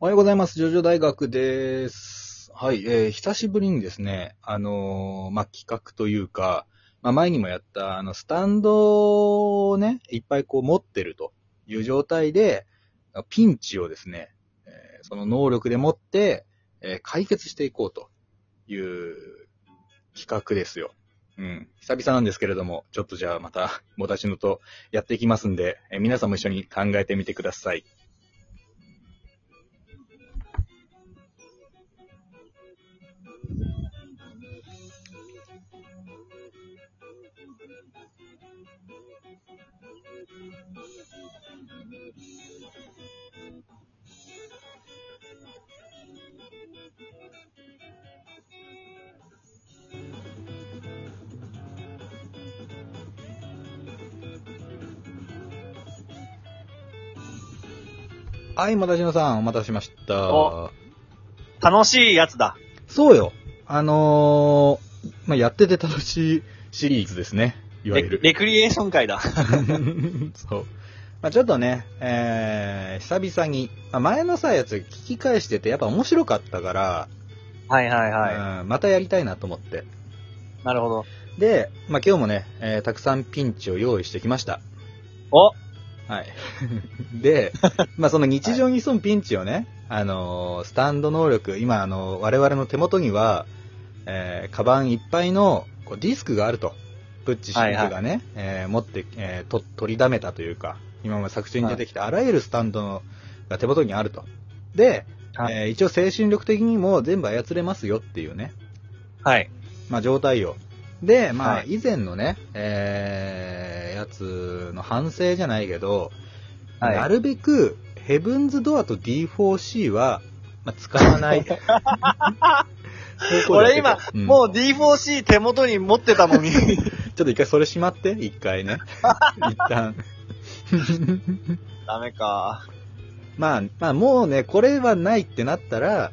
おはようございます。ジョジョ大学です。はい、えー、久しぶりにですね、あのーまあ、企画というか、まあ、前にもやった、あの、スタンドをね、いっぱいこう持ってるという状態で、ピンチをですね、えーその能力でもって、えー解決していこうという企画ですよ。うん。久々なんですけれども、ちょっとじゃあまた、もたしのとやっていきますんで、えー皆さんも一緒に考えてみてください。はい、もたしのさん、お待たせしましたお。楽しいやつだ。そうよ。あのー、まあ、やってて楽しいシリーズですね。いわレゆる。レクリエーション会だ。そう。まあ、ちょっとね、えー、久々に、まあ、前のさ、やつ聞き返してて、やっぱ面白かったから、はいはいはうんまたやりたいなと思って。い。なるほど。で、まあ、今日もね、えーたくさんピンチを用意してきました。お はい。で、まあ、その日常に潜むピンチをね、あのースタンド能力、今、あのー我々の手元には、えーカバンいっぱいのこうディスクがあると。プッチシンクがね、えー持って、えーと、取りだめたというか、今まで作中に出てきたあらゆるスタンドのが手元にあると。で、はいえー一応精神力的にも全部操れますよっていうね。はい。まあ、状態を。で、まあ、は以前のね、えー、やつの反省じゃないけど、はいなるべく、ヘブンズドアと D4C は、まあ、使わ ない。方向だけ俺ど今、うんもう D4C 手元に持ってたのに。 ちょっと一回それしまって、一回ね。一旦。 ダメか。まあ、まあ、もうね、これはないってなったら、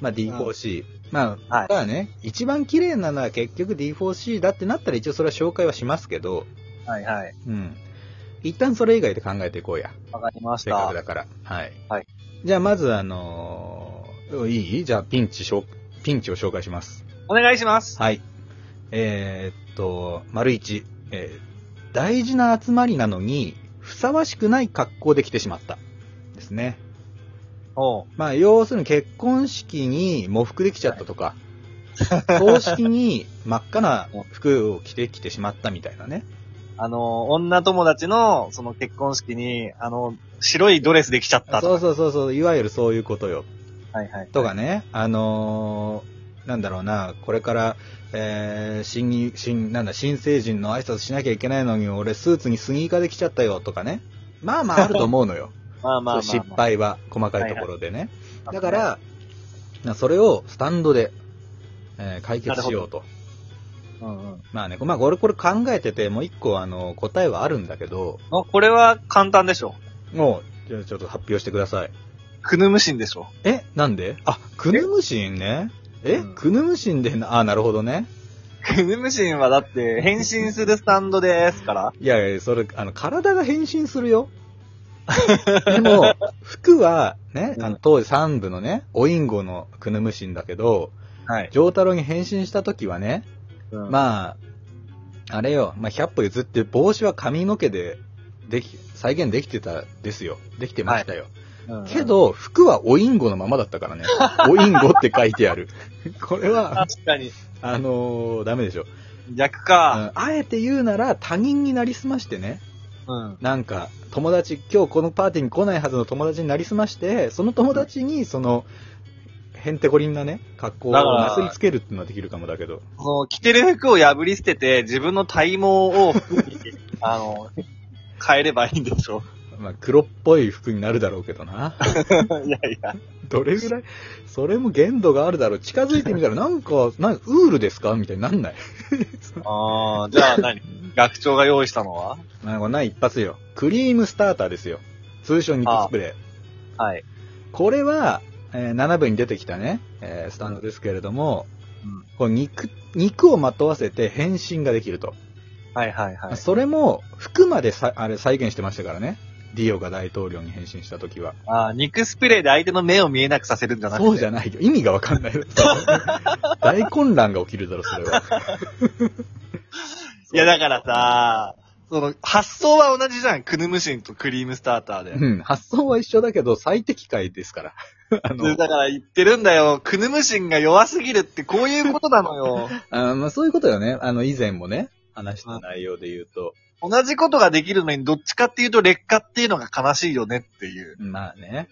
まあ、D4C。まあ、はいただね、一番綺麗なのは結局 D4C だってなったら一応それは紹介はしますけど、はいはい。うん。一旦それ以外で考えていこうや。わかりましせっかくた。だから。はい。はいじゃあ、まず、あのーいいじゃあ、ピンチしょ、ピンチを紹介します。お願いします。はい。えーっと、丸一、えー大事な集まりなのに、ふさわしくない格好で来てしまった。ですね。おうまあ、要するに結婚式に喪服できちゃったとか、葬式に真っ赤な服を着てきてしまったみたいなね。あの、女友達の、その結婚式に、あの、白いドレスできちゃったそとうそうそうそう、いわゆるそういうことよ。はいはい。とかね、あのーなんだろうな、これから、えー新入、新、なんだ、新成人の挨拶しなきゃいけないのに、俺スーツにスニーカーで来ちゃったよとかね。まあまああると思うのよ。 まあまあまあまあ。そう失敗は、細かいところでね。だかはら、なそれをスタンドで、えー解決しようと。い、うんうんまあね、まあ俺これ考えてて、もう一個あの、答えはあるんだけど、おこれは簡単でしょ。もう、じゃあちょっと発表してください。クヌムシンでしょ。え、なんであ、クヌムシンね。え、うんクヌムシンでな、あ、なるほどね。クヌムシンはだって、変身するスタンドですから。いやいや、それ、あの、体が変身する よ。でも、服は、ね、あうの、ん当時3部のね、オインゴのクヌムシンだけど、はい。丈太郎に変身した時はね、うんまあ、あれよ、まあ、100歩譲って帽子は髪の毛で、でき、再現できてたですよ。できてましたよ。うんけど、服はオインゴのままだったからね。 オインゴって書いてある。これは、確かに。あのーダメでしょ。逆うか。んあえて言うなら、他人になりすましてね、うん。なんか、友達、今日このパーティーに来ないはずの友達になりすまして、その友達に、その、へんてこりんなね、格好をだからなすりつけるっていうのはできるかもだけど。その、着てる服を破り捨てて、自分の体毛を服に、あの、変えればいいんでしょ。まあ、黒っぽい服になるだろうけどな。 いやいや。どれぐらいそれも限度があるだろう。近づいてみたら、なんか、なんウールですかみたいになんない。ああ、じゃあ何学長が用意したのはなんかない一発よ。クリームスターターですよ。通称肉スプレー。はい。これは、えー7部に出てきたね、えースタンドですけれども、うんこう肉、肉をまとわせて変身ができると。はいはいはい。それも、服までさあれ再現してましたからね。ディオが大統領に変身した時は。ああ、肉スプレーで相手の目を見えなくさせるんじゃなくて。そうじゃん。ないよ。意味がわかんないよ。 大混乱が起きるだろ、それは。いや、だからさ、その、発想は同じじゃん。クヌムシンとクリームスターターで。うん。発想は一緒だけど、最適解ですから。 あでの、だから言ってるんだよ。クヌムシンが弱すぎるってこういうことなのよ。あまあ、そういうことよね。あの、以前もね、話した内容で言うと。同じことができるのにどっちかっていうと劣化っていうのが悲しいよねっていう。まあね。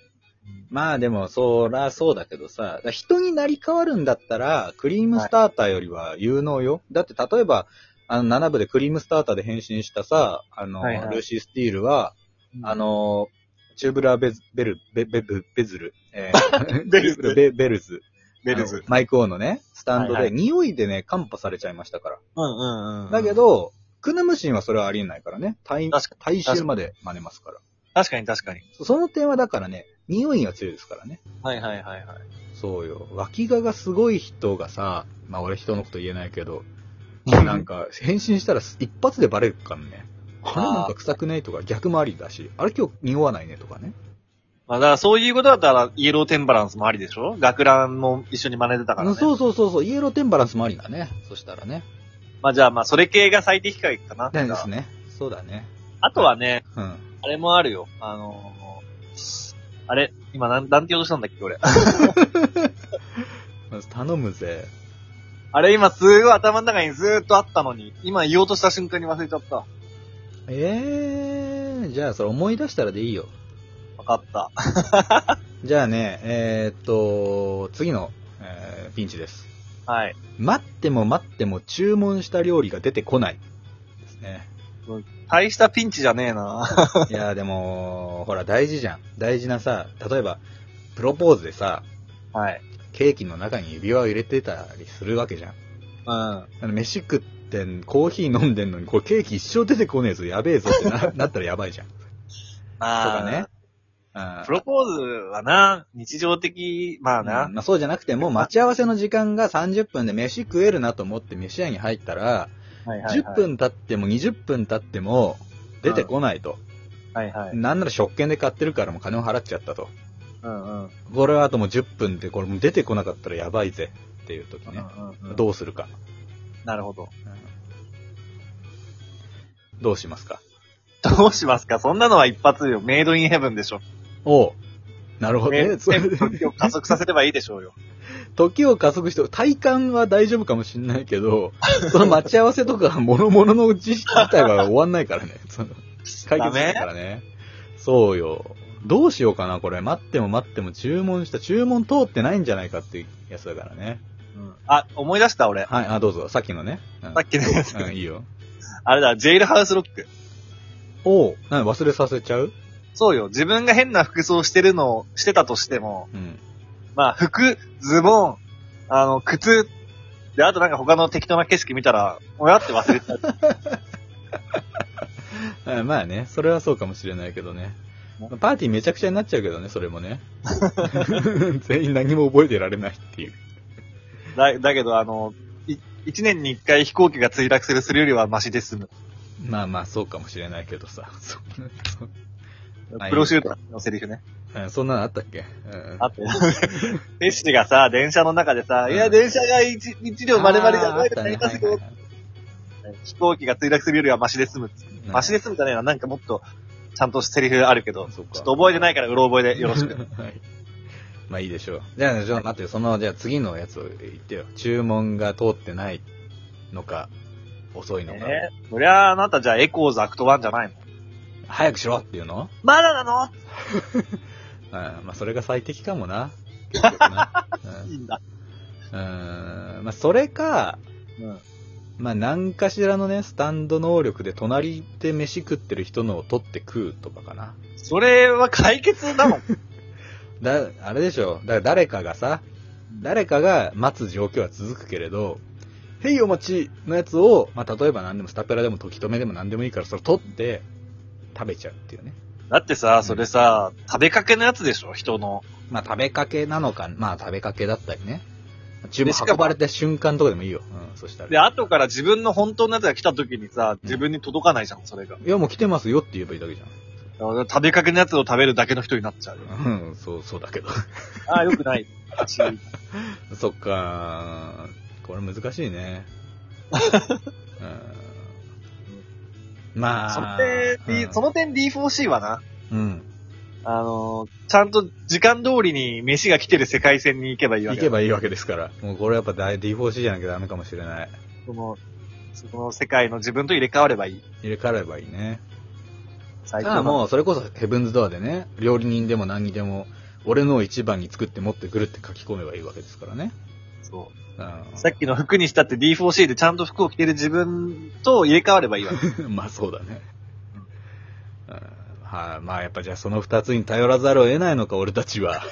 まあでも、そらそうだけどさ、だから人になり変わるんだったら、クリームスターターよりは有能よ。だって例えば、あの、7部でクリームスターターで変身したさ、あの、はいはいルーシー・スティールは、あ、の、チューブラーベズベル、ベ、ベ、ベベズル、えー ベルズベ、ベルズ。ベルズあの。マイク・オーのね、スタンドで、はいはい匂いでね、カンパされちゃいましたから。うんうんうん。だけ、ど、クヌムシンはそれはありえないからね。体確か、体臭まで真似ますから。確かに確かに。そその点はだからね、匂いが強いですからね。はいはいはいはい。そうよ。脇ががすごい人がさ、まあ俺人のこと言えないけど、なんか変身したら一発でバレるからね。あれなんか臭くないとか逆もありだし、あれ今日匂わないねとかね。まあだからそういうことだったら、イエローテンバランスもありでしょ学ランも一緒に真似てたからね。そうそうそうそう、イエローテンバランスもありだね。そしたらね。まあじゃあまあそれ系が最適解かな。ですね。そうだね。あとはね、うん。あれもあるよ。あのーあれ、今なん、なんて言おうとしたんだっけ、 俺。まず頼むぜ。あれ今すごい頭の中にずーっとあったのに、今言おうとした瞬間に忘れちゃった。ええー、じゃあそれ思い出したらでいいよ。わかった。じゃあね、えーっと、次の、えーピンチです。はい。待っても待っても注文した料理が出てこない。ですね。大したピンチじゃねえな。 いやーでも、ほら大事じゃん。大事なさ、例えば、プロポーズでさ、はい。ケーキの中に指輪を入れてたりするわけじゃん。うん。あの飯食ってん、コーヒー飲んでんのに、これケーキ一生出てこねえぞ、やべえぞって ななったらやばいじゃん。とあかあね。。あープロポーズはな、日常的、まあな。うんまあ、そうじゃなくても、待ち合わせの時間が30分で飯食えるなと思って飯屋に入ったら、はいはい、は10い。分経っても20分経っても出てこないと。はいはい。なんなら食券で買ってるからもう金を払っちゃったと。うんうん。これはあともう10分でこれもう出てこなかったらやばいぜっていう時ね。うんうんどうするか。なるほど。どうしますかどうしますかそんなのは一発よ。メイドインヘブンでしょ。おう。なるほどメイドね。イ ンそヘれブンで時を加速させればいいでしょうよ。時を加速して、体感は大丈夫かもしんないけ ど、その待ち合わせとか、諸々の知識自体は終わんない からね。その解決しないからね。そうよ。どうしようかな、これ。待っても待っても注文した。注文通ってないんじゃないかっていうやつだからね。うん、あ、思い出した俺。さはい、あ、どうぞ。さっきのね。うんっきのやつ。うん、いいよ。あれだ、ジェイルハウスロック。おう、なん忘れさせちゃうそうよ。自分が変な服装してるのをしてたとしても、うん。まあ服、ズボン、あの、靴、で、あとなんか他の適当な景色見たら、おやって忘れてた。あまあね、それはそうかもしれないけどね。パーティーめちゃくちゃになっちゃうけどね、それも ね。全員何も覚えてられないっていう。だ、だけどあの、い一年に一回飛行機が墜落するするよりはマシで済む。まあまあ、そうかもしれないけどさ。そはいプロシュートのセリフね。うんそんなのあったっけ、うん、あと、ペッシがさ、電車の中でさ、うんいや、電車が一一両丸々じゃあーあなっいたなねりますはよいはいはい飛行機が墜落するよりはマシで済む。うんマシで済むじゃねえな。なんかもっと、ちゃんとセリフあるけど、ちそょうかっと覚えてないから、うろ覚えでよろしく。 はい。まあいいでしょう。じゃあ、ちょっと待ってよ、その、じゃあ次のやつを言ってよ。注文が通ってないのか、遅い のか。えー、そりゃあなたじゃあエコーズアクト1じゃないの早くしろっていうのまだなのうん。まあそれが最適かもな。結局ないいんだ。うん。うんまあそれか、うん。まあ何かしらのね、スタンド能力で隣で飯食ってる人のを取って食うとかかな。それは解決なの だ、あれでしょ。だから誰かがさ、誰かが待つ状況は続くけれど、へいお待ちのやつを、まあ、例えば何でもスタペラでも時止めでも何でもいいから、それ取って、食べちゃうっていうね。だってさ、それさ、食べかけのやつでしょ人の。まあ、食べかけなのか、まあ、食べかけだったりね。注で文しかも運ばれた瞬間とかでもいいよ。うん、そしたで、ら。後から自分の本当のやつが来た時にさ、自分に届かないじゃん、それが。いや、もう来てますよって言えばいいだけじゃん。食べかけのやつを食べるだけの人になっちゃうよ。うん、そう、そうだけど。 ああ、よくない。注意そっかーこれ難しいね。うん、まあ。その点、B- うんその点 B4C はな、うん。あのー、ちゃんと時間通りに飯が来てる世界線に行けばいいわ行けけだ。ばいいわけですから。もうこれやっぱ大 D4C じゃなきゃダメかもしれない。その、その世界の自分と入れ替わればいい。入れ替わればいいね。最ああ、のもうそれこそヘブンズドアでね、料理人でも何にでも、俺のを一番に作って持ってくるって書き込めばいいわけですからね。そうう。んさっきの服にしたって D4C でちゃんと服を着てる自分と入れ替わればい いわけ。まあそうだね。うんはい、まあやっぱじゃあその二つに頼らざるを得ないのか、俺たちは。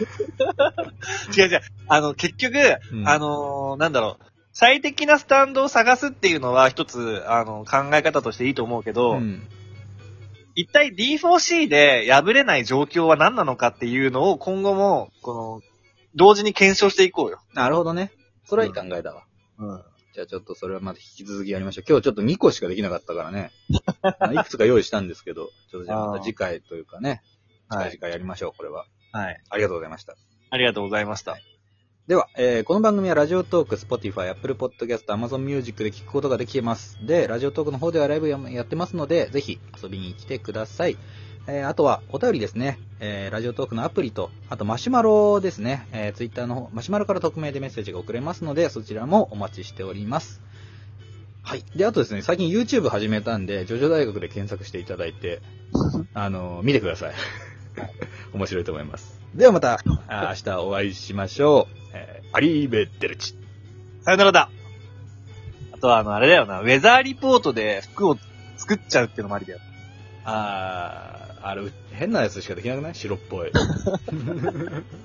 違う違う。あの、結局、うんあのーなんだろう。最適なスタンドを探すっていうのは一つ、あの、考え方としていいと思うけど、うん一体 D4C で破れない状況は何なのかっていうのを今後も、この、同時に検証していこうよ。なるほどね。それはいい考えだわ。うん。じゃあちょっとそれはまた引き続きやりましょう。今日ちょっと2個しかできなかったから ね。まあいくつか用意したんですけど、ちょっとじゃあまた次回というかね、は近い。々やりましょう、これは。はい。ありがとうございました。ありがとうございました。では、えーこの番組はラジオトーク、Spotify、Apple Podcast、Amazon Music で聞くことができます。で、ラジオトークの方ではライブややってますので、ぜひ遊びに来てください。えーあとはお便りですね、えーラジオトークのアプリと、あとマシュマロですね、えー、Twitter の方、マシュマロから匿名でメッセージが送れますので、そちらもお待ちしております。はい。で、あとですね、最近 YouTube 始めたんで、ジョジョ大学で検索していただいて、あのー見てください。面白いと思います。ではまた、あー明日お会いしましょう。えーアリーベデルチ。さよならだあとはあの、あれだよな、ウェザーリポートで服を作っちゃうっていうのもありだよ。あー、あれ、変なやつしかできなくない白っぽい。